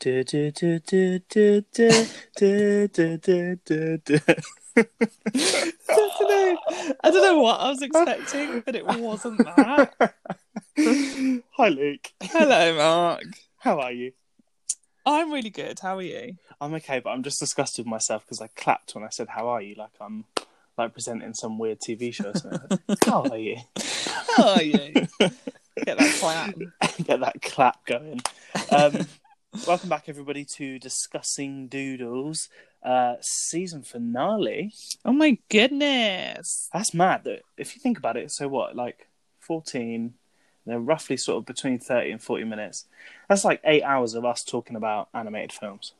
Du, du, du, du, du, du, du, du, du, du, du. I don't know. I don't know what I was expecting, but it wasn't that. Hi, Luke. Hello, Mark. How are you? I'm really good. How are you? I'm okay, but I'm just disgusted with myself because I clapped when I said, How are you? Like I'm like presenting some weird TV show or something. How are you? How are you? Get that clap. Get that clap going. Um, welcome back, everybody, to Discussing Doodles uh, season finale. Oh my goodness. That's mad. That if you think about it, so what? Like fourteen, they're roughly sort of between thirty and forty minutes. That's like eight hours of us talking about animated films.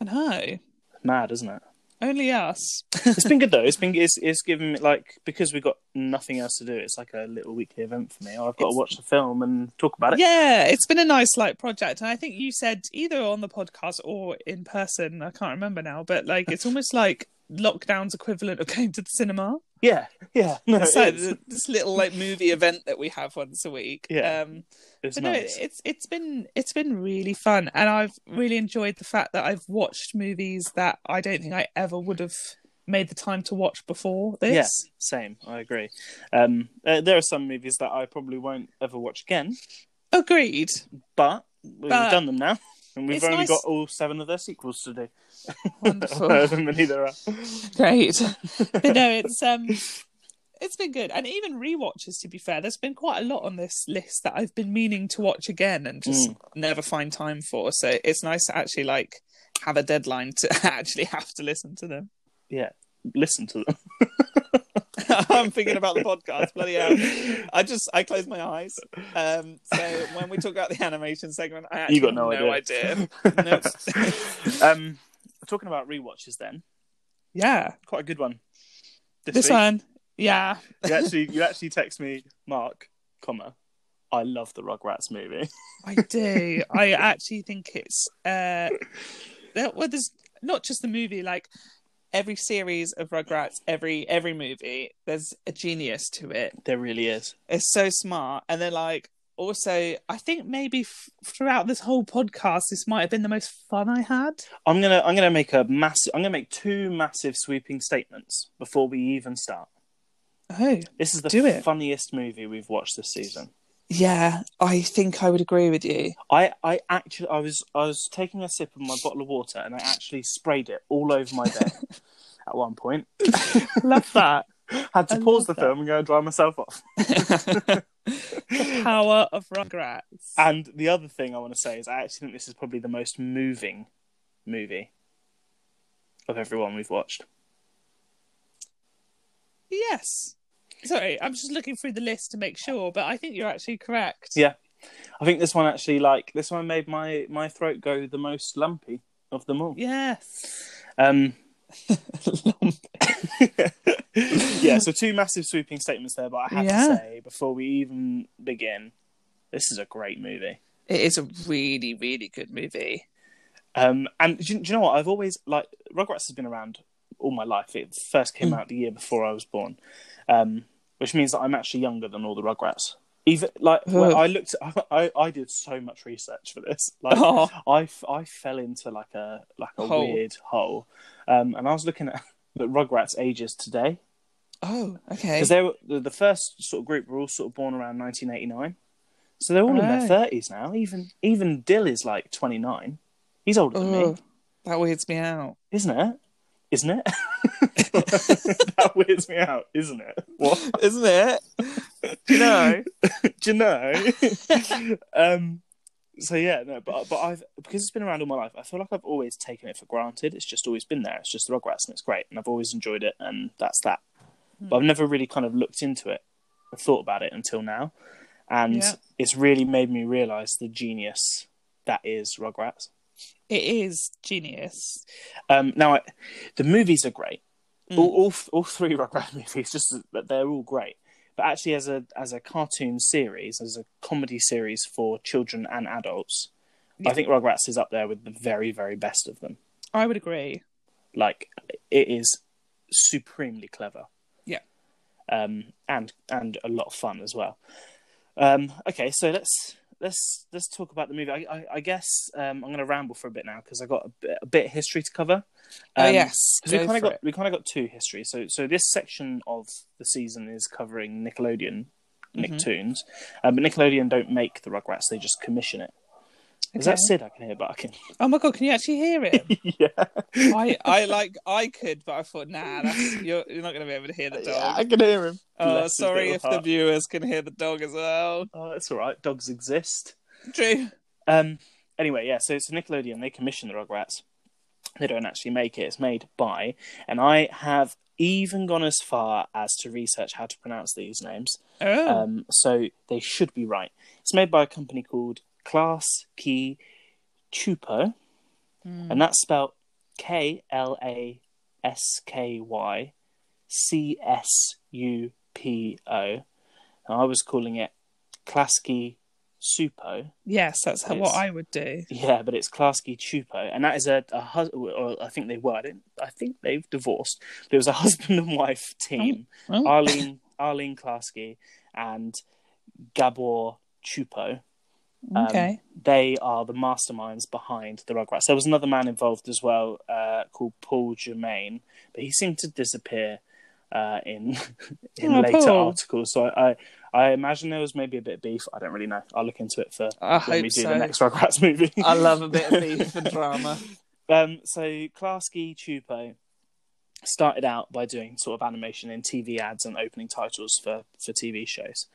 I know. Mad, isn't it? Only us. It's been good though. It's been it's it's given me like because we got nothing else to do. It's like a little weekly event for me. I've got to It's- watch a film and talk about it. Yeah, it's been a nice like project. And I think you said either on the podcast or in person, I can't remember now, but like it's almost like lockdown's equivalent of going to the cinema. Yeah, yeah. No, It's it's, like th- this little like movie event that we have once a week. Yeah. Um it's but no, nice. it's it's been it's been really fun, and I've really enjoyed the fact that I've watched movies that I don't think I ever would have made the time to watch before this. Same, I agree. Um, uh, there are some movies that I probably won't ever watch again, Agreed. but we've But- done them now, and we've It's only nice- got all seven of their sequels to do. Wonderful. However many there are. Great. But no, it's um, it's been good, and even rewatches. To be fair, there's been quite a lot on this list that I've been meaning to watch again and Mm. just never find time for. So it's nice to actually like have a deadline to actually have to listen to them. Yeah, listen to them. I'm thinking about the podcast. Bloody hell! I just I closed my eyes. Um, so when we talk about the animation segment, I actually You got no, have no idea. idea. Nope. um, talking about rewatches, then yeah, quite a good one. This, this week. one. Yeah, you actually you actually text me, Mark, comma, I love the Rugrats movie. I do. I actually think it's uh, that- well, there's not just the movie. Like every series of Rugrats, every every movie, there's a genius to it. there really is. It's so smart, and then like. Also, I think maybe f- throughout this whole podcast, this might have been the most fun I had. I'm gonna I'm gonna make a massive I'm gonna make two massive sweeping statements before we even start. Oh, This is the Do it. funniest movie we've watched this season. Yeah, I think I would agree with you. I, I actually I was I was taking a sip of my bottle of water and I actually sprayed it all over my bed at one point. Love that. Had to I pause the love that. film and go and dry myself off. Power of Rugrats. And the other thing I want to say is I actually think this is probably the most moving movie of everyone we've watched. yes. Sorry, I'm just looking through the list to make sure, but I think you're actually correct. Yeah. I think this one actually like this one made my my throat go the most lumpy of them all. Yes. Um, yeah, so two massive sweeping statements there, but I have Yeah. to say before we even begin, this is a great movie. It is a really, really good movie. Um, and do, you- do you know what? I've always like Rugrats has been around all my life. It first Hmm. came out the year before I was born, um, which means that I'm actually younger than all the Rugrats. Even like when Ugh. I looked, I, I I did so much research for this. Like Oh, I, f- I fell into like a like a Hole. weird hole, um, and I was looking at the Rugrats ages today oh okay. because they were the, the first sort of group were all sort of born around 1989, so they're all in their Right. thirties now. Even even Dill is like 29. He's older than me, Ugh, Oh, that weirds me out. isn't it? Isn't it? that weirds me out, isn't it? What? Isn't it? You know. Do you know? um, so yeah, no, but but I've because it's been around all my life. I feel like I've always taken it for granted. It's just always been there. It's just the Rugrats, and it's great, and I've always enjoyed it, and that's that. But I've never really kind of looked into it, or thought about it until now, and Yeah. it's really made me realise the genius that is Rugrats. It is genius. Um, now, I, the movies are great. Mm. All, all all three Rugrats movies, just that they're all great. But actually, as a as a cartoon series, as a comedy series for children and adults, Yeah. I think Rugrats is up there with the very very best of them. I would agree. Like it is supremely clever. Yeah. Um, and and a lot of fun as well. Um, okay, so let's let's let's talk about the movie. I, I, I guess um, I'm going to ramble for a bit now because I got a bit, a bit of history to cover. Oh Um, yes, because we go kind of for got it. we kind of got two histories. So so this section of the season is covering Nickelodeon Mm-hmm. Nicktoons, um, but Nickelodeon don't make the Rugrats; they just commission it. Is that Mm-hmm. Okay. Sid? I can hear barking. Oh my god, can you actually hear it? yeah, I, I like I could, but I thought, nah, that's, you're you're not going to be able to hear the dog. can hear him. oh, Bless his sorry little if the heart. viewers can hear the dog as well. Oh, that's all right. Dogs exist. True. Um. Anyway, yeah. So so Nickelodeon they commission the Rugrats. They don't actually make it. It's made by, and I have even gone as far as to research how to pronounce these names. Oh, Um, so they should be right. It's made by a company called Class Key Chupo, Hmm. and that's spelled K L A S K Y C S U P O. And I was calling it Klasky Supo. yes, that's how, what it's- I would do. Yeah, but it's Klasky Chupo, and that is a, a hus- or I think they were. I, didn't, I think they've divorced. But it was a husband and wife team. Oh. Arlene Arlene Klasky and Gabor Chupo. Um, okay. They are the masterminds behind the Rugrats. There was another man involved as well uh, called Paul Germain, but he seemed to disappear uh, in in Oh, later Paul. articles. So I, I I imagine there was maybe a bit of beef. I don't really know. I'll look into it for I when we hope do so. the next Rugrats movie. I love a bit of beef for drama. Um, so Klasky Chupo started out by doing sort of animation in TV ads and opening titles for for TV shows.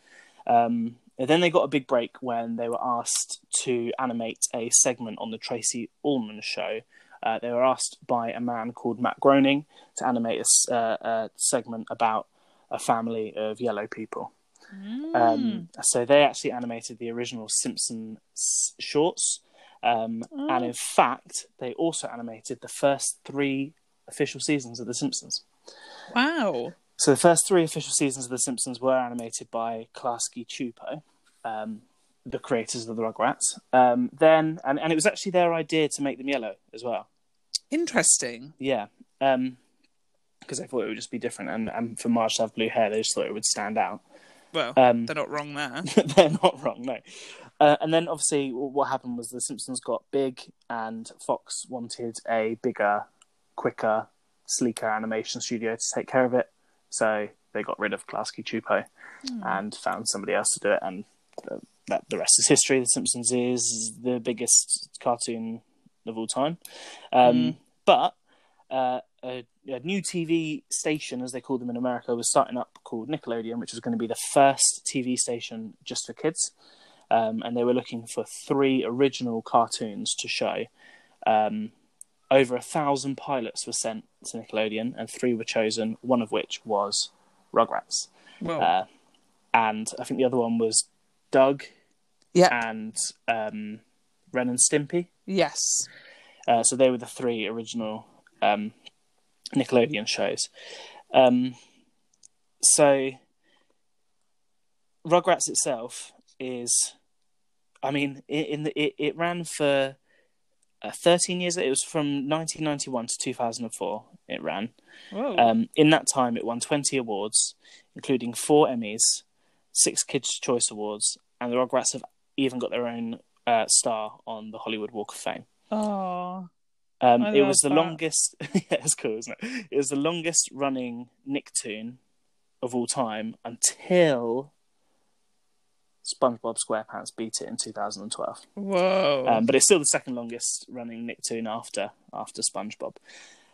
Um, and then they got a big break when they were asked to animate a segment on the Tracy Ullman show. Uh, they were asked by a man called Matt Groening to animate a, s- uh, a segment about a family of yellow people. Hmm. Um, so they actually animated the original Simpson s- shorts, um, Oh. and in fact, they also animated the first three official seasons of The Simpsons. Hmm. wow. So the first three official seasons of The Simpsons were animated by Klasky Chupo, um, the creators of the Rugrats. Um, then, and, and it was actually their idea to make them yellow as well. Interesting. Yeah. Um, because they thought it would just be different, and, and for Marge to have blue hair, they just thought it would stand out. Well, Um, they're not wrong there. they're not wrong, no. Uh, and then obviously, w- what happened was The Simpsons got big, and Fox wanted a bigger, quicker, sleeker animation studio to take care of it. So they got rid of Klasky Chupo and found somebody else to do it. And uh, that the rest is history. The Simpsons is the biggest cartoon of all time. Um, Mm. But uh, a, a new TV station, as they call them in America, was starting up called Nickelodeon, which was going to be the first TV station just for kids. Um, and they were looking for three original cartoons to show. Um, over a thousand pilots were sent to Nickelodeon, and three were chosen, one of which was Rugrats Well, uh, and I think the other one was Doug yeah. and um, Ren and Stimpy. Yes. Uh, so they were the three original um, Nickelodeon shows. Um, so Rugrats itself is, I mean, it, in the, it, it ran for uh, 13 years. It was from 1991 to 2004. It ran. Whoa. Um, in that time, it won 20 awards, including four Emmys, six Kids' Choice Awards, and the Rugrats have even got their own uh, star on the Hollywood Walk of Fame. oh. Um, I it was the love that. longest. yeah, it's cool, isn't it? It was the longest running Nicktoon of all time until SpongeBob SquarePants beat it in 2012. Whoa. Um, but it's still the second longest running Nicktoon after after SpongeBob.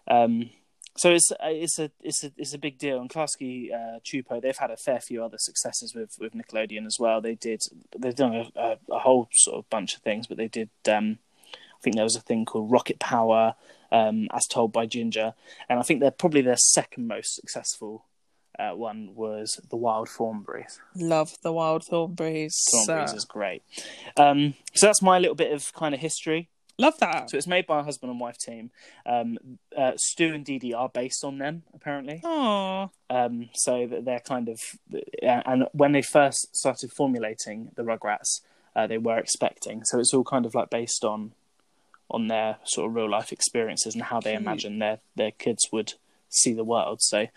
Um, so it's it's a it's a it's a big deal. And Klasky uh, Chupo, they've had a fair few other successes with with Nickelodeon as well. They did they've done a, a, a whole sort of bunch of things, but they did. Um, I think there was a thing called Rocket Power, um, as told by Ginger, and I think they're probably their second most successful. Uh, one was the Wild Thornberries. Love the wild thornberries. Thornberries Uh, is great. Um, so that's my little bit of kind of history. love that. So it's made by a husband and wife team. Um, uh, Stu and Dee Dee are based on them, apparently. Oh. Um, so that they're kind of, and when they first started formulating the Rugrats, uh, they were expecting. So it's all kind of like based on, on their sort of real life experiences and how they Cute. imagine their their kids would see the world. So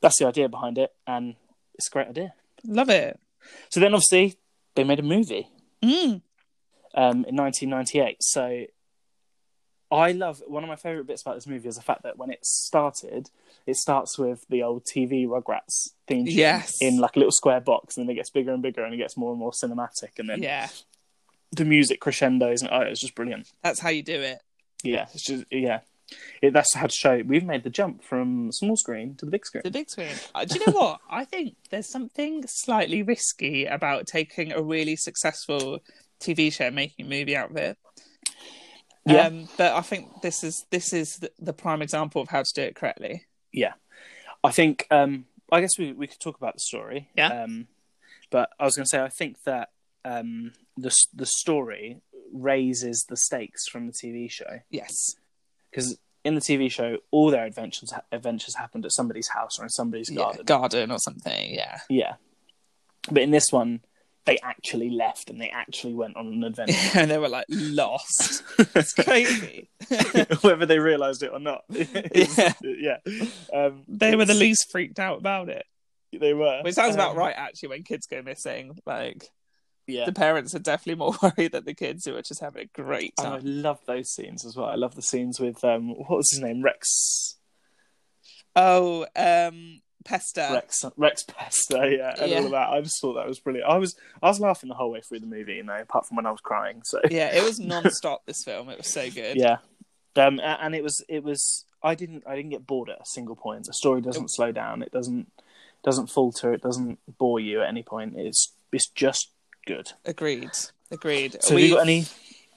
that's the idea behind it, and it's a great idea. Love it. So then obviously they made a movie. Mm. um, in 1998. So I love one of my favorite bits about this movie is the fact that when it started, it starts with the old TV Rugrats theme tune Yes. in like a little square box, and then it gets bigger and bigger, and it gets more and more cinematic, and then Yeah. the music crescendos, and oh, it's just brilliant. That's how you do it. Yeah, it's just yeah. It, that's how to show we've made the jump from small screen to the big screen. The big screen. Uh, Do you know what? I think there's something slightly risky about taking a really successful TV show and making a movie out of it. Yeah. Um, but I think this is this is the, the prime example of how to do it correctly. I think um I guess we we could talk about the story. Yeah. Um but I was going to say I think that um the s- the story raises the stakes from the TV show Yes. because in the TV show all their adventures adventures happened at somebody's house or in somebody's Yeah, garden. garden or something. Yeah. yeah. But in this one they actually left and they actually went on an adventure. and they were like lost. It's crazy. Whether they realised it or not, Yeah. yeah. Um, they were the it's- least freaked out about it, They were. which sounds about Um, right actually. When kids go missing, like Yeah, the parents are definitely more worried than the kids who are just having a great And I time. love those scenes as well. I love the scenes with um, what was his name, Rex, Oh, um, Pester. Rex, Rex Pester, yeah, and Yeah. all of that. I just thought that was brilliant. I was, I was laughing the whole way through the movie, you know, apart from when I was crying. So Yeah, it was non-stop. this film, it was so good. yeah, um, a- and it was, it was. I didn't, I didn't get bored at a single point. The story doesn't slow down. It doesn't, doesn't falter. It doesn't bore you at any point. It's, it's just good. Agreed. Agreed. So have you got We've- any?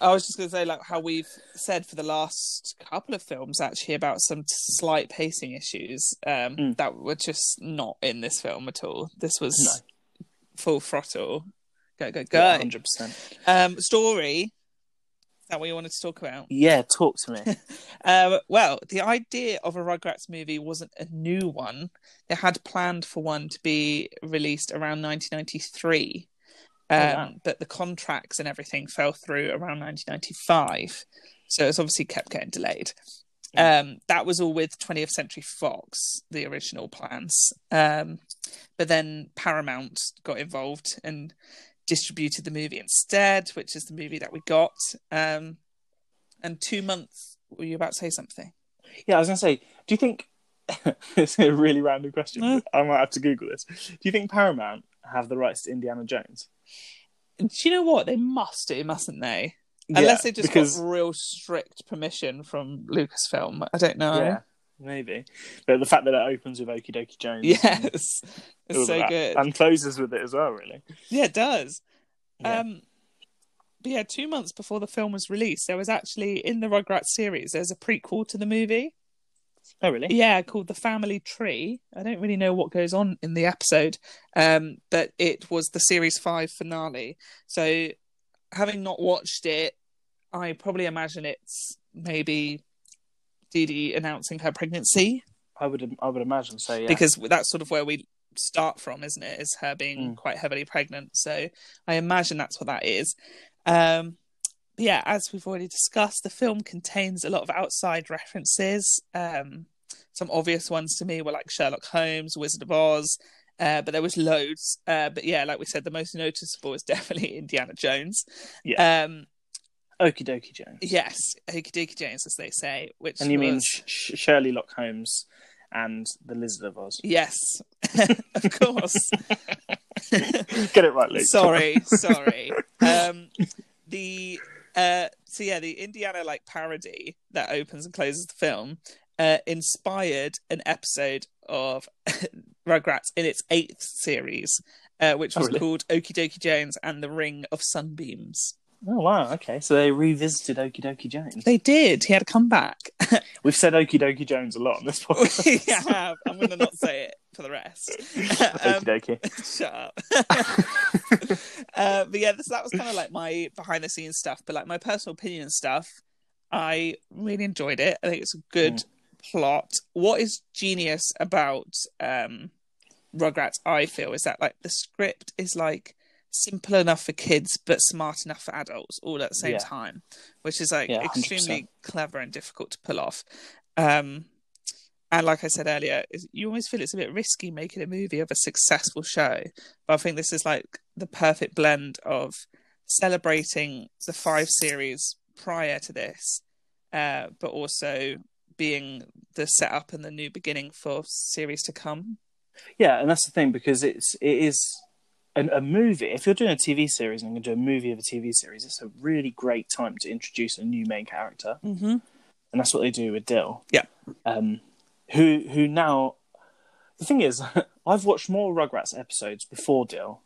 I was just going to say, like how we've said for the last couple of films, actually about some slight pacing issues um, Mm. that were just not in this film at all. This was full throttle, go go go. hundred percent. um, story. Is that what you wanted to talk about? Yeah, talk to me. Um, well, the idea of a Rugrats movie wasn't a new one. They had planned for one to be released around 1993, um, wow. but the contracts and everything fell through around 1995. So it's obviously kept getting delayed. Um, that was all with 20th Century Fox, the original plans. Um, but then Paramount got involved and distributed the movie instead, which is the movie that we got. Um, and two months. Were you about to say something? Yeah, I was gonna say, do you think it's a really random question? No. I might have to Google this. Do you think Paramount have the rights to Indiana Jones? Do you know what? They must do, mustn't they? Unless they just because got real strict permission from Lucasfilm. I don't know. yeah, maybe. But the fact that it opens with Okie Dokie Jones, and Yes. all It's of so that, good. and closes with it as well. Really, Yeah, it does. Yeah. Um but yeah, two months before the film was released, there was actually in the Rugrats series, there's a prequel to the movie. oh really? Yeah, called The Family Tree. I don't really know what goes on in the episode, um, but it was the series five finale. So, having not watched it, I probably imagine it's maybe Dee Dee announcing her pregnancy I would, I would imagine so. Yeah, because that's sort of where we start from, isn't it? Is her Mm. being quite heavily pregnant. So, I imagine that's what that is. Um, yeah, as we've already discussed, the film contains a lot of outside references. Um, some obvious ones to me were like Sherlock Holmes, Wizard of Oz, uh, but there was loads. Uh, but yeah, like we said, the most noticeable is definitely Indiana Jones. Yeah. Um, Okie Dokie Jones, yes, Hokey Dokey Jones, as they say. Which and you mean was- Sh- Sh- Shirley Lock Holmes and the Lizard of Oz? yes, of course. Get it right, Luke. sorry sorry um the uh so yeah the indiana like parody that opens and closes the film uh inspired an episode of rugrats in its eighth series uh which Oh, was really? called okie dokie jones and the ring of sunbeams Oh wow, okay. So they revisited Okie Dokie Jones. they did he had a comeback We've said Okie Dokie Jones a lot on this podcast. we have i'm gonna not say it for the rest Okie Um, Dokie. Shut up. uh, but yeah, this, that was kind of like my behind the scenes stuff, but like my personal opinion and stuff. I really enjoyed it. I think it's a good plot. What is genius about um, Rugrats, I feel, is that like the script is like simple enough for kids but smart enough for adults all at the same Yeah. time, which is like Yeah, 100%. extremely clever and difficult to pull off. Um, and like I said earlier, is- you always feel it's a bit risky making a movie of a successful show, but I think this is like the perfect blend of celebrating the five series prior to this, uh, but also being the setup and the new beginning for series to come. Yeah, and that's the thing because it's it is an, a movie. If you're doing a TV series and you're going to do a movie of a TV series, it's a really great time to introduce a new main character, Mm-hmm. and that's what they do with Dill. Yeah. um, who who now? The thing is, I've watched more Rugrats episodes before Dill,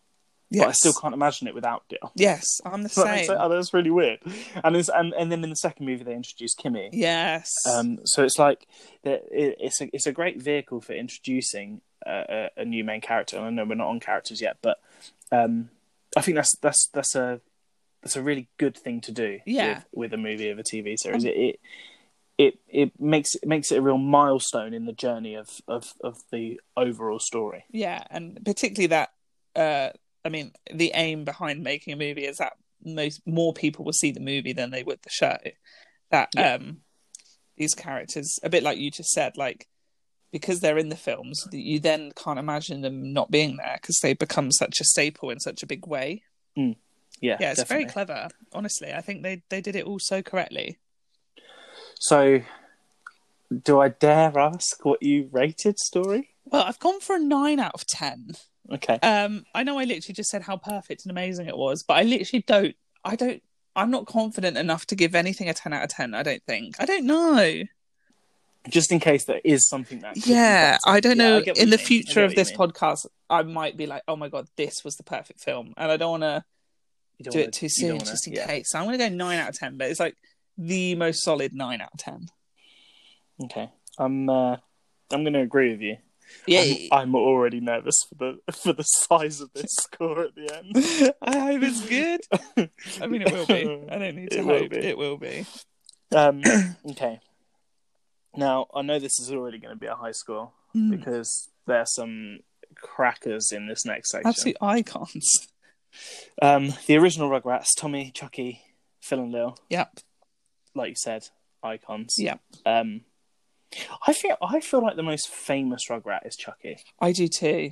but I still can't imagine it without Dill. Yes, I'm the Like, same. it's like, oh, that's really weird. And, it's, and and then in the second movie they introduced Kimmy. Yes. Um, so it's like that. It, it's a it's a great vehicle for introducing uh, a, a new main character. And I know we're not on characters yet, but um, I think that's that's that's a that's a really good thing to do. Yeah. Um, With, with a movie of a TV series, it, it it it makes it makes it a real milestone in the journey of of of the overall story. yeah, and particularly that. Uh, I mean, the aim behind making a movie is that most more people will see the movie than they would the show. That Yeah. um, these characters, a bit like you just said, like because they're in the films, you then can't imagine them not being there because they become such a staple in such a big way. Yeah. Yeah, it's definitely. very clever. Honestly, I think they they did it all so correctly. So, do I dare ask what you rated story? Well, I've gone for a nine out of ten. Okay. Um, I know I literally just said how perfect and amazing it was, but I literally don't. I don't. I'm not confident enough to give anything a ten out of ten. I don't think. I don't know. Just in case there is something that. could be Yeah, better. I don't Yeah, I know. get what In you the mean. I future get of what you this mean. podcast, I might be like, "Oh my god, this was the perfect film," and I don't want to You don't do wanna- it too you don't soon, wanna- just in yeah. case. So I'm going to go nine out of ten, but it's like the most solid nine out of ten. Okay. I'm uh, I'm going to agree with you. Yeah, I'm, I'm already nervous for the for the size of this score at the end. I hope it's good. Um, I mean, it will be. I don't need to It will hope. be. It will be. Um, okay. Now I know this is already going to be a high score Mm, because there's some crackers in this next section. absolute icons. Um, the original Rugrats: Tommy, Chucky, Phil, and Lil. Yep. like you said, icons. Yeah. Um, I feel I feel like the most famous Rugrat is Chucky. I do too.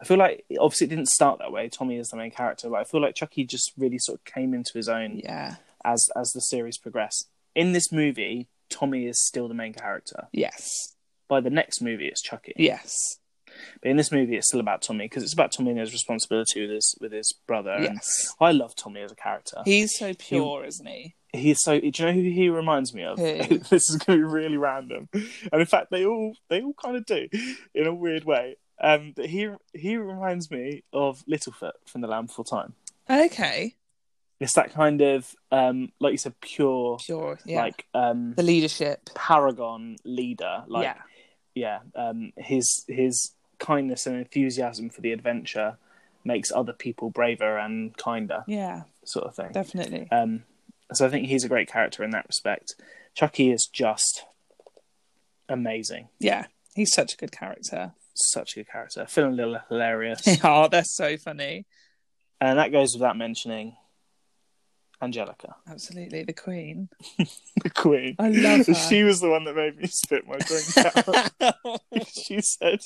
I feel like obviously it didn't start that way. Tommy is the main character, but I feel like Chucky just really sort of came into his own Yeah. as as the series progressed. In this movie, Tommy is still the main character. Yes. By the next movie, it's Chucky. Yes. But in this movie, it's still about Tommy because it's about Tommy and his responsibility with his with his brother. And Yes. I love Tommy as a character. He's so pure, isn't he? he's so do you know who he reminds me of Who? this is going to be really random and in fact they all they all kind of do in a weird way um but he he reminds me of littlefoot from the land before time Okay. it's that kind of um like you said pure Pure. Yeah. like um the leadership. paragon leader like yeah. yeah um his his kindness and enthusiasm for the adventure makes other people braver and kinder Yeah. sort of thing Definitely. um, so I think he's a great character in that respect. Chucky is just amazing. Yeah. He's such a good character. Such a good character. Phil and Lil are hilarious. oh, they're so funny. and that goes without mentioning Angelica, Absolutely. The Queen. the Queen. I love her. She was the one that made me spit my drink out. she said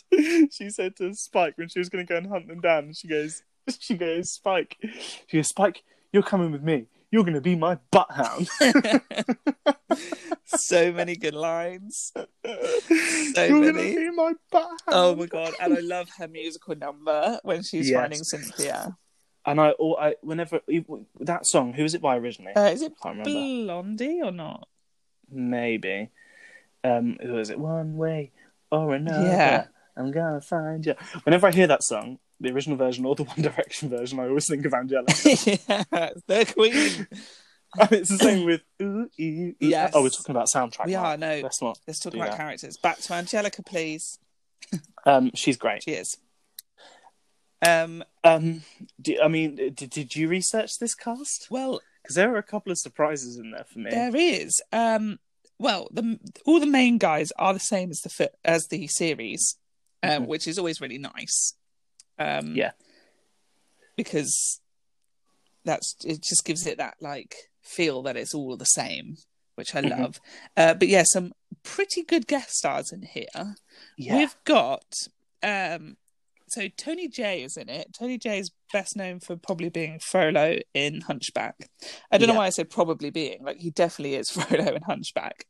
she said to Spike when she was gonna go and hunt them down, she goes she goes, Spike she goes, Spike, you're coming with me. You're gonna be my butt hound. so many good lines. you're many. gonna be my butt hound. Oh my god. And I love her musical number when she's Yes. finding Cynthia. And I, all, I whenever that song, who was it by originally? Uh, is it can't remember. Blondie or not? Maybe. Um, who was it? One way or another. Yeah. I'm gonna find you. Whenever I hear that song, the original version or the One Direction version, I always think of Angela. yeah. The Queen. and it's the same with ooh, ee, ooh. Yes. Oh, we're talking about soundtrack. We now. are. No, Let's not. Let's talk Do about that. characters. Back to Angelica, please. Um, she's great. Cheers. Um, Um, do, I mean, did, did you research this cast? well, Because there are a couple of surprises in there for me. there is. Um, well, the all the main guys are the same as the fi- as the series, um, Mhm. which is always really nice. Um, Yeah. because that's it. Just gives it that like feel that it's all the same, which I Mhm. love. Uh, but yeah, some pretty good guest stars in here. yeah. We've got um so Tony J is in it. Tony J is best known for probably being Frollo in Hunchback. I don't know Yeah. why I said probably being. Like he definitely is Frollo in Hunchback.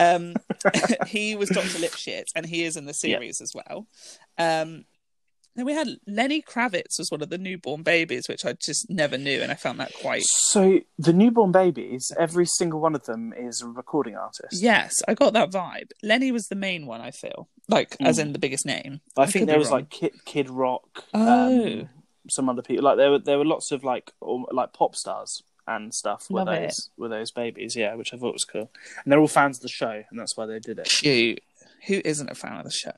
um, he was Doctor Lipshit, and he is in the series as well. Um, then we had Lenny Kravitz was one of the newborn babies, which I just never knew, and I found that quite. So the newborn babies, every single one of them is a recording artist. Yes, I got that vibe. Lenny was the main one. I feel like, as in the biggest name. Mm. I, I think could there be was wrong. like Kid, Kid Rock, Oh. um, some other people. Like there were there were lots of like al- like pop stars and stuff. Were Love it. those were those babies? Yeah, which I thought was cool. And they're all fans of the show, and that's why they did it. Cute. Who isn't a fan of the show?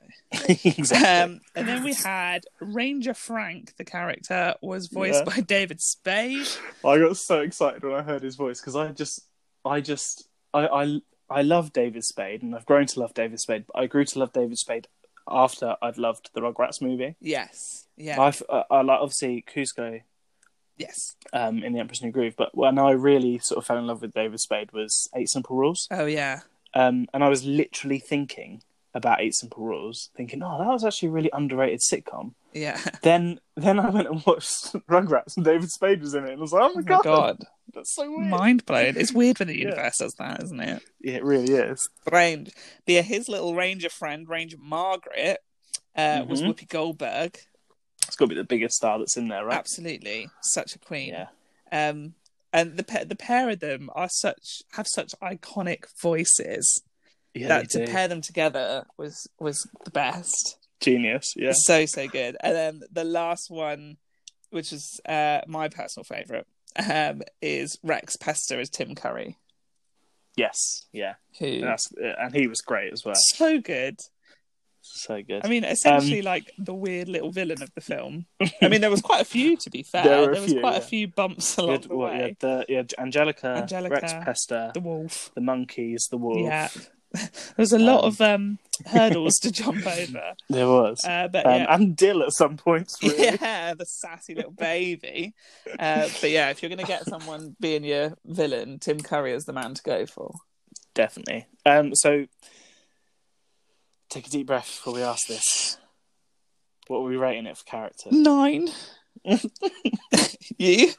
exactly. Um, and then we had Ranger Frank, the character, was voiced Yeah. by David Spade. I got so excited when I heard his voice because I just, I just, I, I, I love David Spade, and I've grown to love David Spade. But I grew to love David Spade after I'd loved the Rugrats movie. Yes. Yeah. I've, I, I like obviously Cusco yes. um, in The Empress New Groove, but when I really sort of fell in love with David Spade was Eight Simple Rules. Oh yeah. Um, and I was literally thinking about Eight Simple Rules, thinking, oh, that was actually a really underrated sitcom. Yeah. Oh Then then I went and watched Rugrats and David Spade was in it, and I was like, oh my, Oh my god, god. that's so weird. Mind blown. It's weird when the Yeah. universe does that, isn't it? Yeah, it really is. Range. But yeah, his little Ranger friend, Ranger Margaret, uh, was Mhm. Whoopi Goldberg. It's got to be the biggest star that's in there, right? Absolutely, such a queen. Yeah. Um, and the pa- the pair of them are such have such iconic voices Yeah, that they to do. pair them together was was the best. genius. Yeah. so so good and then the last one which is uh my personal favorite um is rex pester as tim curry Yes. Yeah. who And That's uh, and he was great as well. so good So good. i mean essentially Um, like the weird little villain of the film i mean there was quite a few to be fair There there, were a was few, quite a yeah. few bumps You along had- the what, way you had the yeah, Angelica, Angelica, Rex Pester, the the, wolf monkeys, the wolf. yeah there was a lot Um, of um hurdles to jump over There was. uh, but um, yeah And Dill at some points. Really. Yeah, the sassy little baby. Uh, but yeah, if you're going to get someone being your villain, Tim Curry is the man to go for. Definitely. Um, so take a deep breath before we ask this. What were we rating it for character? Nine. you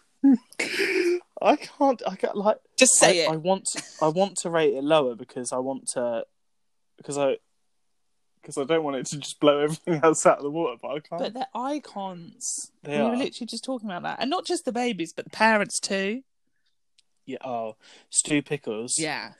I can't. I can't like. just say I, I it. want I want to rate it lower because I want to because I because I don't want it to just blow everything else out of the water. But I can't. But they're icons. They we are. were literally just talking about that, and not just the babies, but the parents too. Yeah. Oh, Stu Pickles. Yeah,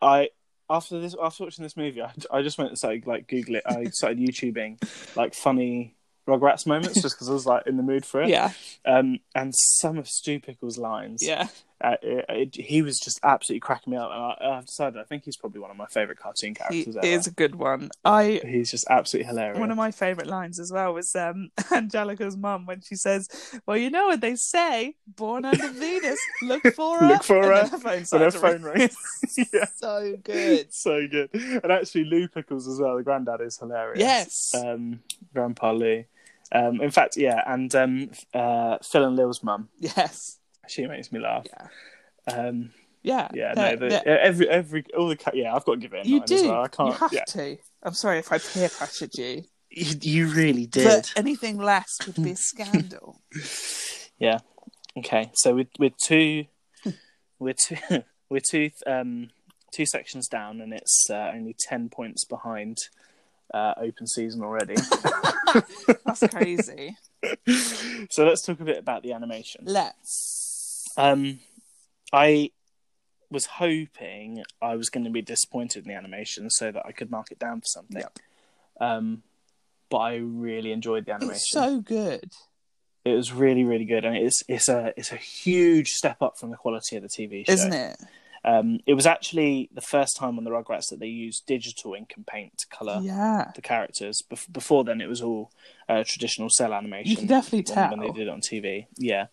I after this after watching this movie, I, I just went and started like Google it. I started YouTubing like funny Rugrats moments just because I was like in the mood for it. yeah, Um, and some of Stu Pickles' lines. yeah. Uh, it, it- he was just absolutely cracking me up, and I, I've decided I think he's probably one of my favorite cartoon He characters. ever. is a good one. I He's just absolutely hilarious. One of my favourite lines as well was um, Angelica's mum when she says, "Well, you know what they say: born under Venus, look for her." Look for And then her. Her phone So their started to ring. phone rings. yeah. So good. So good. And actually, Lou Pickles as well, the granddad is hilarious. Yes. Um, Grandpa Lou. Um, in fact, yeah, and um, uh, Phil and Lil's mum. yes. She makes me laugh. Yeah. Um, Yeah. yeah, no, They're- the, they're- every, every, all the, ca- yeah, I've got to give it a you nine do. as well. I you can't, have yeah. to. I'm sorry if I peer pressured you, You, you really but anything less would be a scandal. Yeah. Okay. So we're, we're two, we're two, we're two, um, two sections down, and it's uh, only 10 points behind uh, open season already. That's crazy. so let's talk a bit about the animation. Let's. Um, I was hoping I was going to be disappointed in the animation so that I could mark it down for something. Yep. Um, but I really enjoyed the animation. It's so good. it was really, really good, and it's it's a it's a huge step up from the quality of the TV show, Isn't it? Um, it was actually the first time on the Rugrats that they used digital ink and paint to color Yeah. the characters. Bef- before then, it was all uh, traditional cell animation. You can definitely when, tell. when they did it on TV. Yeah,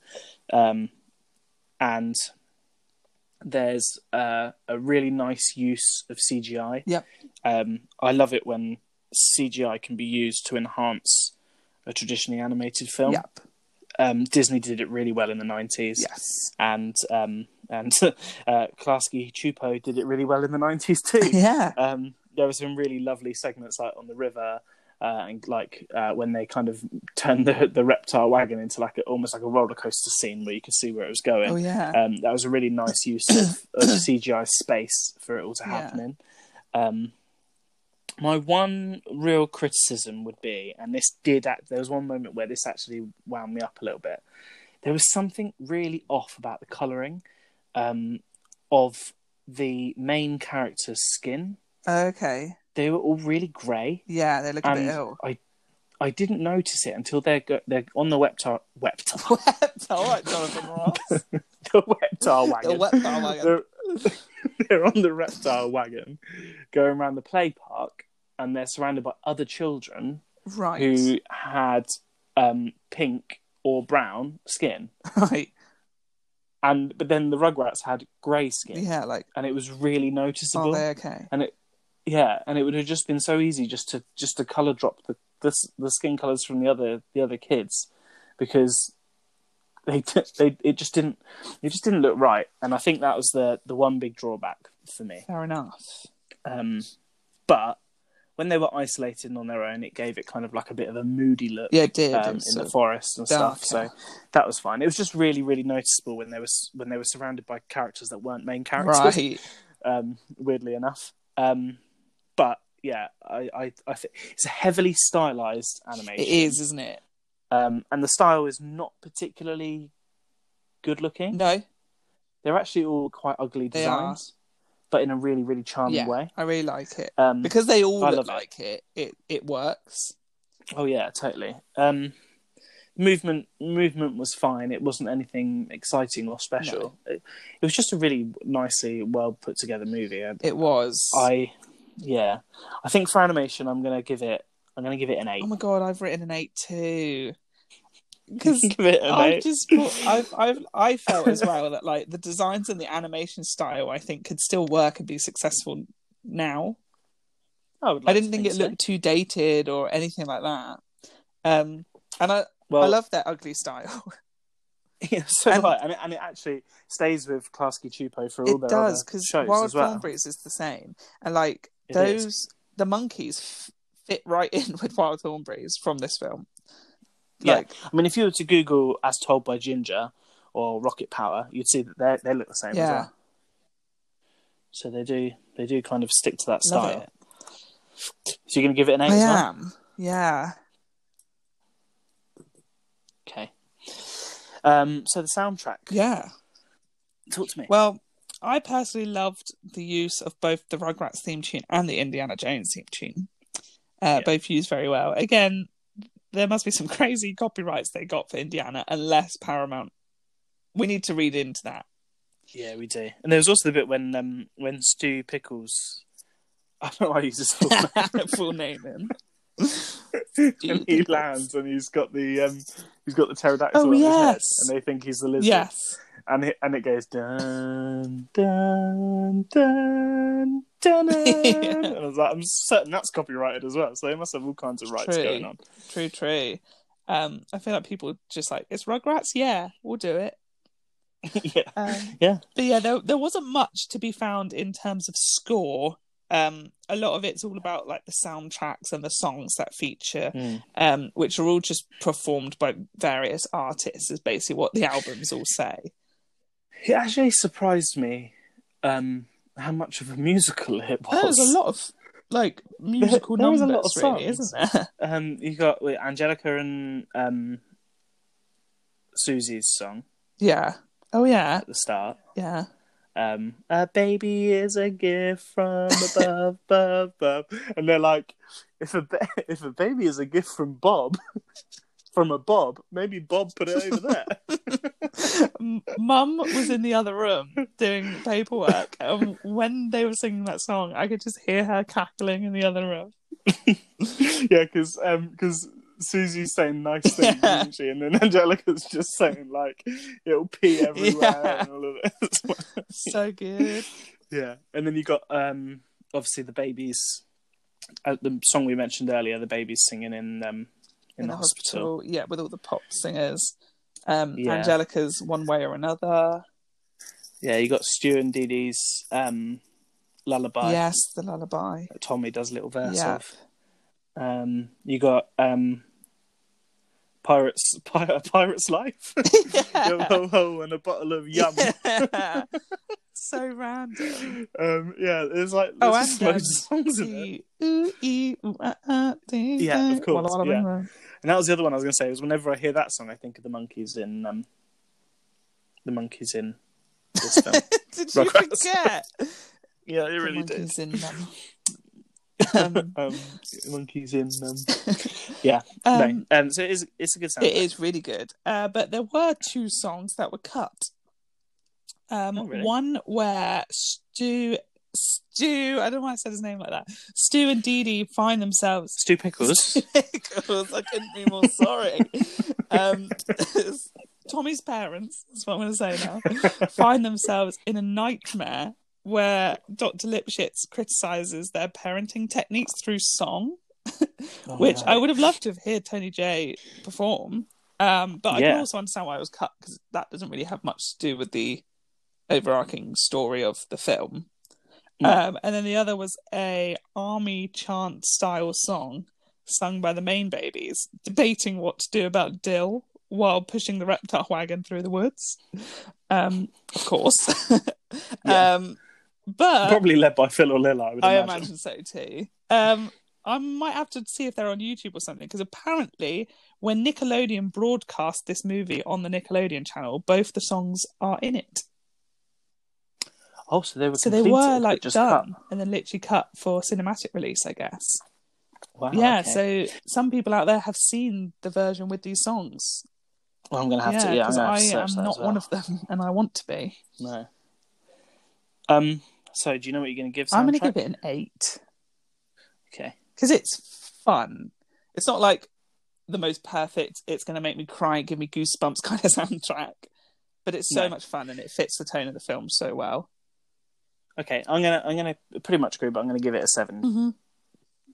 um, and there's uh, a really nice use of CGI. Yep. Um, I love it when CGI can be used to enhance a traditionally animated film. Yep. Um, Disney did it really well in the nineties, Yes. and um, and uh, Klasky Chupo did it really well in the nineties too. Yeah. Um, there were some really lovely segments like on the river uh, and like uh, when they kind of turned the, the reptile wagon into like a, almost like a roller coaster scene where you could see where it was going. Oh yeah. Um, that was a really nice use of, of CGI space for it all to Yeah. happen in. Um, my one real criticism would be, and this did, act, there was one moment where this actually wound me up a little bit. There was something really off about the colouring um, of the main character's skin. Okay. They were all really grey. Yeah, they look a uh, And- bit ill. I didn't notice it until they're go- they're on the weptar weptar All right, Jonathan Ross. the weptar The wagon. reptile wagon. They're, they're on the reptile wagon going around the play park and they're surrounded by other children Right. who had um, pink or brown skin. Right. And but then the Rugrats had grey skin Yeah, like and it was really are noticeable. they okay? yeah, and it would have just been so easy just to just to color drop the the, s- the skin colors from the other the other kids because they t- they it just didn't it just didn't look right, and I think that was the the one big drawback for me. Fair enough. Um, but when they were isolated and on their own, it gave it kind of like a bit of a moody look Yeah, it did. um, It's in sort the of forest and stuff. So darker. that was fine. It was just really really noticeable when they were s- when they were surrounded by characters that weren't main characters right. um, weirdly enough. Um, but yeah, I, I, I think it's a heavily stylized animation. It is, isn't it? um, and the style is not particularly good looking. No, They're actually all quite ugly They are. designs, but in a really, really charming Yeah. way. I really like it Um, because they all I look love it. like it. It it works. oh yeah, totally. Um, movement, movement was fine. It wasn't anything exciting or special. It, it was just a really nicely well put together movie. I, It was. I, yeah, I think for animation, I'm gonna give it. I'm gonna give it an eight. oh my god, I've written an eight too. Because Give it an I've eight. just thought, I've I've I felt as well that like the designs and the animation style I think could still work and be successful now. I, would I like didn't to think, it so. looked too dated or anything like that. Um, and I Well, I love their ugly style. yeah, so and- do I. and, it, and it actually stays with Klasky Chupo for all it their does because because Wild as well. Thornberrys is the same, and like It those is. the monkeys f- fit right in with Wild Thornberrys from this film. Yeah. Like I mean, if you were to Google "As Told by Ginger" or "Rocket Power," you'd see that they they look the same as Yeah. well. So they do they do kind of stick to that Love style. it. Oh, So you're gonna give it an eight? I as well? am, yeah, Okay. Um. So the soundtrack. yeah. Talk to me. Well, I personally loved the use of both the Rugrats theme tune and the Indiana Jones theme tune. Uh, Yeah. Both used very well. Again, there must be some crazy copyrights they got for Indiana, unless Paramount. We need to read into that. yeah, we do. And there's also the bit when um when Stu Pickles. I don't know why I use this full name. full name in. and he lands and he's got the um he's got the pterodactyl Oh, on his yes. head and they think he's the lizard Yes. and it and it goes dun dun dun dun, dun. and I was like I'm certain that's copyrighted as well so they must have all kinds of rights True. going on True, true. Um, I feel like people just like it's Rugrats. Yeah, we'll do it. yeah Um, Yeah. but yeah, there there wasn't much to be found in terms of score. Um, a lot of it's all about like the soundtracks and the songs that feature, um, which are all just performed by various artists. Is basically what the albums all say. it actually surprised me um how much of a musical it was Oh, There's a lot of like musical There was numbers, a lot of really, songs. isn't there? um you got wait, Angelica and um Susie's song yeah. Oh yeah. at the start Yeah. um, a baby is a gift from above, above, above, and they're like, if a ba- if a baby is a gift from Bob, from a Bob, maybe Bob put it over there. M- Mum was in the other room doing paperwork, and when they were singing that song, I could just hear her cackling in the other room. yeah, because because Susie's saying nice things, Yeah. isn't she? And then Angelica's just saying like, it'll pee everywhere Yeah. and all of this. So good. yeah, and then you got um, obviously the babies. Uh, the song we mentioned earlier, the babies singing in um, in, the, hospital. yeah, with all the pop singers. Um, Yeah. Angelica's one way or another. Yeah, you got Stu and Dee Dee's um, lullaby Yes, the lullaby. that Tommy does a little verse Yep. of. Um, you got um, Pirates Pir- Pirate's Life. Yo ho ho and a bottle of yum. Yeah. so random. Um, yeah, there's like Oh, there's just and, E, loads of songs in it. Ooh, ee, ooh, ah, ah, ding, Yeah, dang. of course, Walla, walla, yeah. walla. And that was the other one I was going to say was whenever I hear that song, I think of the monkeys in um, the monkeys in this film. Did you Rugrats. forget? yeah, it really The did. monkeys in them. Um, Um, monkeys in um, yeah, um, no. um, so it is it's a good sound. It is really good. Uh, but there were two songs that were cut. Um, Oh, really? One where Stu, Stu, I don't know why I said his name like that. Stu and Dee Dee find themselves Stu Pickles. Pickles, I couldn't be more sorry. um, Tommy's parents, that's what I'm going to say now, find themselves in a nightmare where Dr. Lipschitz criticizes their parenting techniques through song, Oh, which no. I would have loved to have heard Tony J perform. Um, but I Yeah. can also understand why it was cut because that doesn't really have much to do with the overarching story of the film. No. Um, and then the other was a army chant style song sung by the Maine Babies, debating what to do about Dill while pushing the reptile wagon through the woods. Um, of course. Yeah. Um, but probably led by Phil or Lil. uh, I would I imagine. imagine so too. Um, I might have to see if they're on YouTube or something because apparently, when Nickelodeon broadcast this movie on the Nickelodeon channel, both the songs are in it. Oh, so they were So they completed, were but like just done and then literally cut for cinematic release, I guess. Cut. Wow, yeah. Ah, okay. So some people out there have seen the version with these songs. well, I'm gonna have to. Yeah, I'm because gonna have I to search am that not as well. one of them, and I want to be. No. Um. So, do you know what you're going to give? Soundtrack? I'm going to give it an eight. Okay. because it's fun. It's not like the most perfect. It's going to make me cry, give me goosebumps kind of soundtrack, but it's so No. much fun and it fits the tone of the film so well. Okay. I'm gonna. I'm gonna pretty much agree, but I'm gonna give it a seven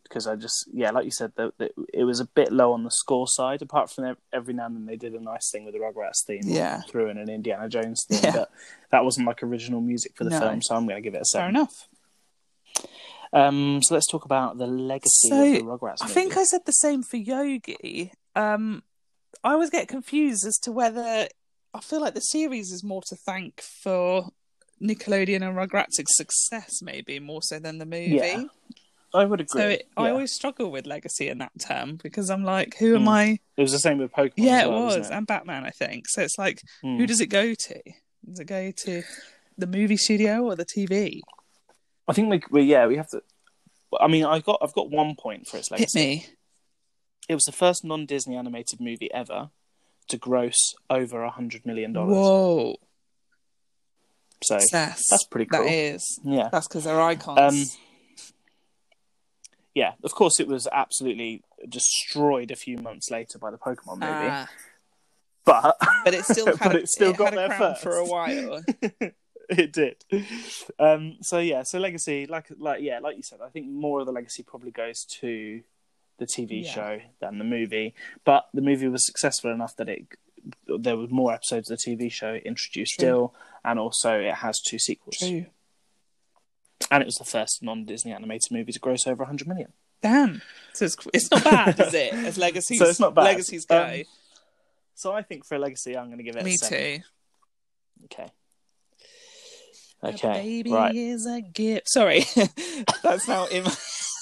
because I just. Yeah, like you said, the, the, it was a bit low on the score side. Apart from ev- every now and then, they did a nice thing with the Rugrats theme. Yeah. Through in an Indiana Jones theme, Yeah. but that wasn't like original music for the No. film, so I'm going to give it a Fair seven. enough. Um. So let's talk about the legacy So, of the Rugrats. I think movie. I said the same for Yogi. Um, I always get confused as to whether I feel like the series is more to thank for Nickelodeon and Rugrats' success, maybe more so than the movie. Yeah. I would agree. So it, I Yeah. always struggle with legacy in that term because I'm like, who am Mm. I? It was the same with Pokemon. Yeah, as well, it wasn't was, and Batman, I think. So it's like, Mm. who does it go to? Does it go to the movie studio or the TV? I think we, we yeah we have to. I mean, I got I've got one point for its Hit legacy. me. It was the first non-Disney animated movie ever to gross over a hundred million dollars. Whoa, So Sess. that's pretty That cool. Um, is. yeah, That's because they're icons. yeah. Of course, it was absolutely destroyed a few months later by the Pokemon movie, Ah, but but it still had, But a- it still got had a there crown first. for a while. it did. Um, so yeah, so legacy, like like yeah, like you said, I think more of the legacy probably goes to the TV Yeah. show than the movie. But the movie was successful enough that it there were more episodes of the TV show introduced True. still, and also it has two sequels. True. And it was the first non-Disney animated movie to gross over 100 million. Damn. So it's, it's not bad, is it? As legacies, So it's not bad. legacies go. Um, So I think for a legacy, I'm going to give it. a me seven. too. Okay. A Okay. baby Right. is a gift. Sorry, that's now in my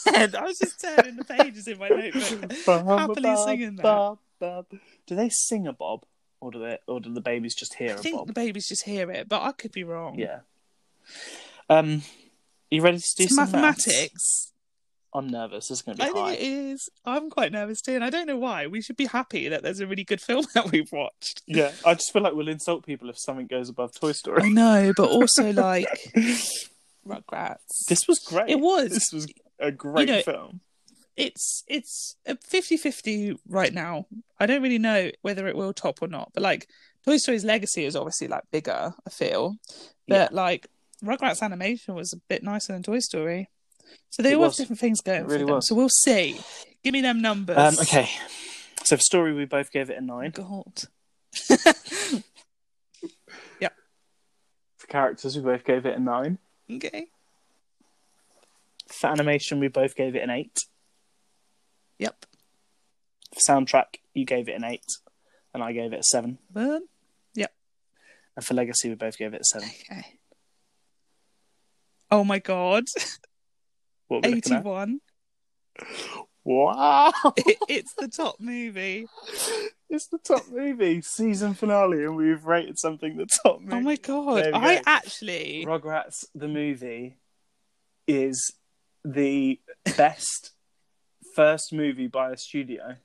head. I was just turning the pages in my notebook. Happily singing that. that. Do they sing a bob, or do they, or do the babies just hear I a think bob? the babies just hear it, but I could be wrong. Yeah. Um, you ready to do It's some maths? mathematics. I'm nervous. This is going to be I think high. it is. I'm quite nervous too, and I don't know why. We should be happy that there's a really good film that we've watched. Yeah, I just feel like we'll insult people if something goes above Toy I Story. know, but also like Rugrats. This was great. it was. This was a great know- film. It's it's a 50-50 right now. I don't really know whether it will top or not, but like Toy Story's legacy is obviously like bigger. I feel, but like Rugrats animation was a bit nicer than Toy Story. So they It all was. have different things going. It for really them. was. So we'll see. Give me them numbers. Um, okay. So for story, we both gave it a nine. God. For characters, we both gave it a nine. Okay. For animation, we both gave it an eight. Yep. soundtrack, you gave it an eight, and I gave it a seven. Well, And for Legacy, we both gave it a seven. okay. Oh my god. What are we looking at? 81. Wow! It- it's the top movie. it's the top movie season finale, and we've rated something the top movie. Oh my god. There we I go. actually Rugrats the movie is the best first movie by a studio,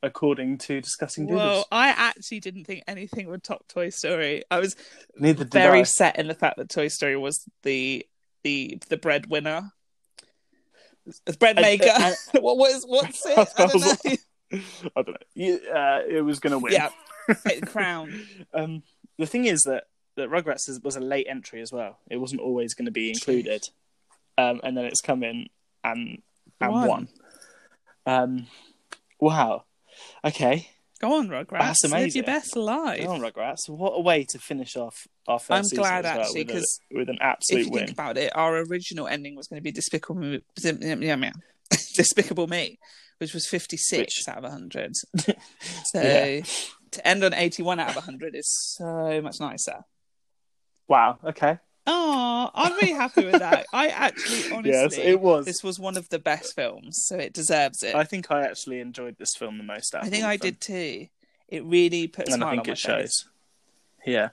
according to discussing Whoa, doodles. I actually didn't think anything would top Toy Story. I was Neither did very I. set in the fact that Toy Story was the the the breadwinner. The bread And- maker. and- what was what's it? I don't know. I don't know. You- Uh, it was going to win. yeah. Like the crown. Um, the thing is that that Rugrats is, was a late entry as well. It wasn't always going to be included, um, and then it's come in and and Won. won. Um, wow. Okay. Go on, Rugrats. That's Live amazing. Oh, your best life. Go on, Rugrats. What a way to finish off our first I'm season glad, as well, actually, with a- 'cause with an if absolute you win. think about it, our original ending was going to be Despicable Me, Despicable Me, which was 56 out of 100. so Yeah. to end on 81 out of 100 is so much nicer. Wow. Okay. Oh, I'm really happy with that. I actually, honestly, yes, it was. this was one of the best films, so it deserves it. I I, think I actually enjoyed this film the most. Out of think all I of them. did too. It really put a and smile I think on it my shows. face. Yeah.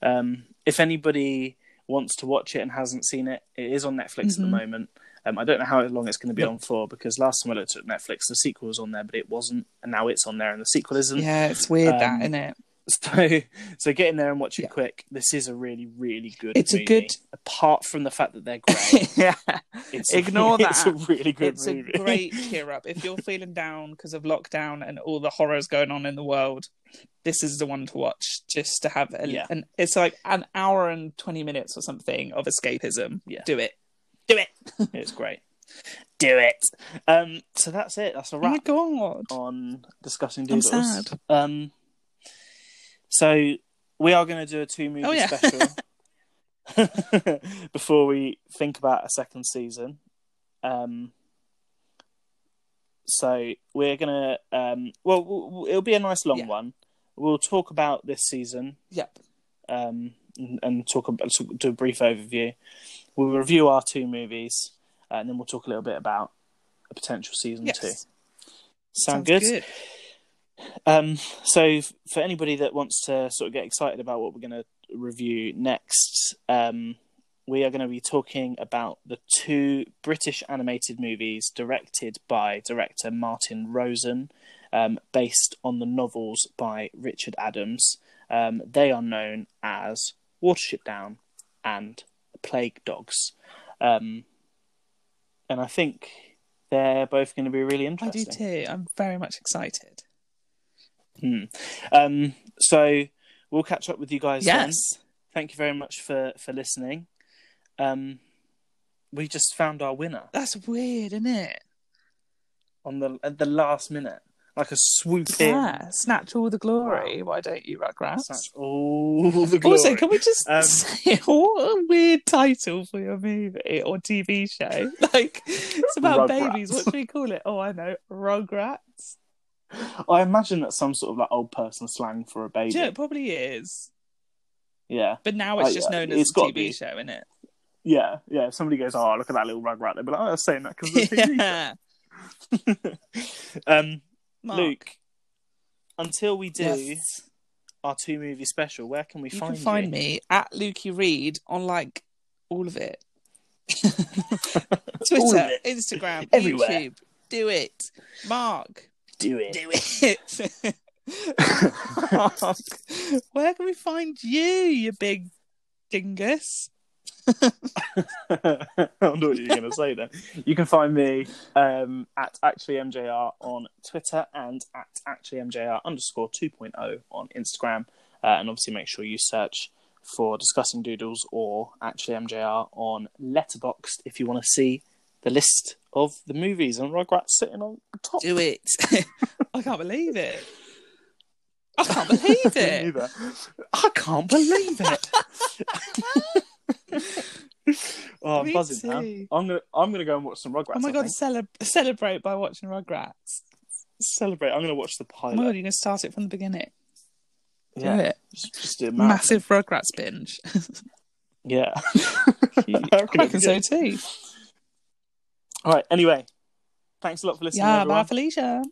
Um, if anybody wants to watch it and hasn't seen it, it is on Netflix at the Mhm. moment. Um, I don't know how long it's going to be Yep. on for because last time I looked at Netflix, the sequel was on there, but it wasn't, and now it's on there, and the sequel isn't. Yeah, it's weird that, Um, isn't it? So, so get in there and watch it Yeah. quick. This is a really, really good. It's a movie. good- apart from the fact that they're great. yeah. It's Ignore a, It's a that. really good it's movie. a great cheer up. If you're feeling down because of lockdown and all the horrors going on in the world, this is the one to watch just to have a, Yeah. an it's like an hour and 20 minutes or something of escapism. Yeah. Do it. it's great. Do it. Um, so that's it. That's a Oh my wrap. god. on discussing doodles. sad. Um, so we are going to do a two movie Oh, yeah. special before we think about a second season. Um, so we're gonna um, well, w- w- it'll be a nice long Yeah. one. We'll talk about this season Yep. um, and- and talk about to do a brief overview. We'll review our two movies and then we'll talk a little bit about a potential season Yes. two. Sound Sounds good? Um, so, f- for anybody that wants to sort of get excited about what we're going to review next, um, we are going to be talking about the two British animated movies directed by director Martin Rosen, um, based on the novels by Richard Adams. Um, they are known as Watership Down and The Plague Dogs. Um, and I think they're both going to be really I interesting. do too. I'm very much excited. Hmm. Um, so we'll catch up with you guys. then. Yes. Thank you very much for for listening. Um, we just found our winner That's weird, isn't it? on the at the last minute, like a swoop in. Yeah. Snatch all the glory. Why don't you, Rugrats? Snatch all the glory. Also, can we just Um, say what a weird title for your movie or TV show? Like, it's about Rugrats. babies. What do we call it? Oh, I know, Rugrats. I imagine that's some sort of like old person slang for a Do baby. you know, it probably is, Yeah, but now it's Oh, just yeah, known it's as a gotta TV be. show, isn't it? yeah, yeah. If somebody goes, "Oh, look at that little rug rat," they'll be like, "Oh, I was saying that because of the Yeah, TV." um, Mark. Luke, until we do Yes. our two movie special, where can we You find can find you? me at Lukey Reed on like all of it. Twitter, it. Instagram, Everywhere. YouTube. Do it. Mark. Do it. Do it. Mark, where can we find you, you big dingus? I don't know what you're going to say then. You can find me um, at actually MJR on Twitter and at actually MJR underscore 2.0 on Instagram. Uh, and obviously, make sure you search for discussing doodles or actually MJR on Letterboxd if you want to see the list of the movies and Rugrats sitting on top. Do it. I can't believe it. I can't believe Me it. neither. I can't believe it. oh, I'm Me buzzing now. too. I'm gonna I'm gonna go and watch some Rugrats. oh my I god, think. cele- celebrate by watching Rugrats. Celebrate! I'm gonna watch the Oh pilot. my god, you can start it from the beginning. yeah, Do it. just, just do a marathon. Massive Rugrats binge. Yeah, I reckon it'd be reckon so good. too. All right. Anyway, thanks a lot for listening. Yeah, everyone. bye Felicia.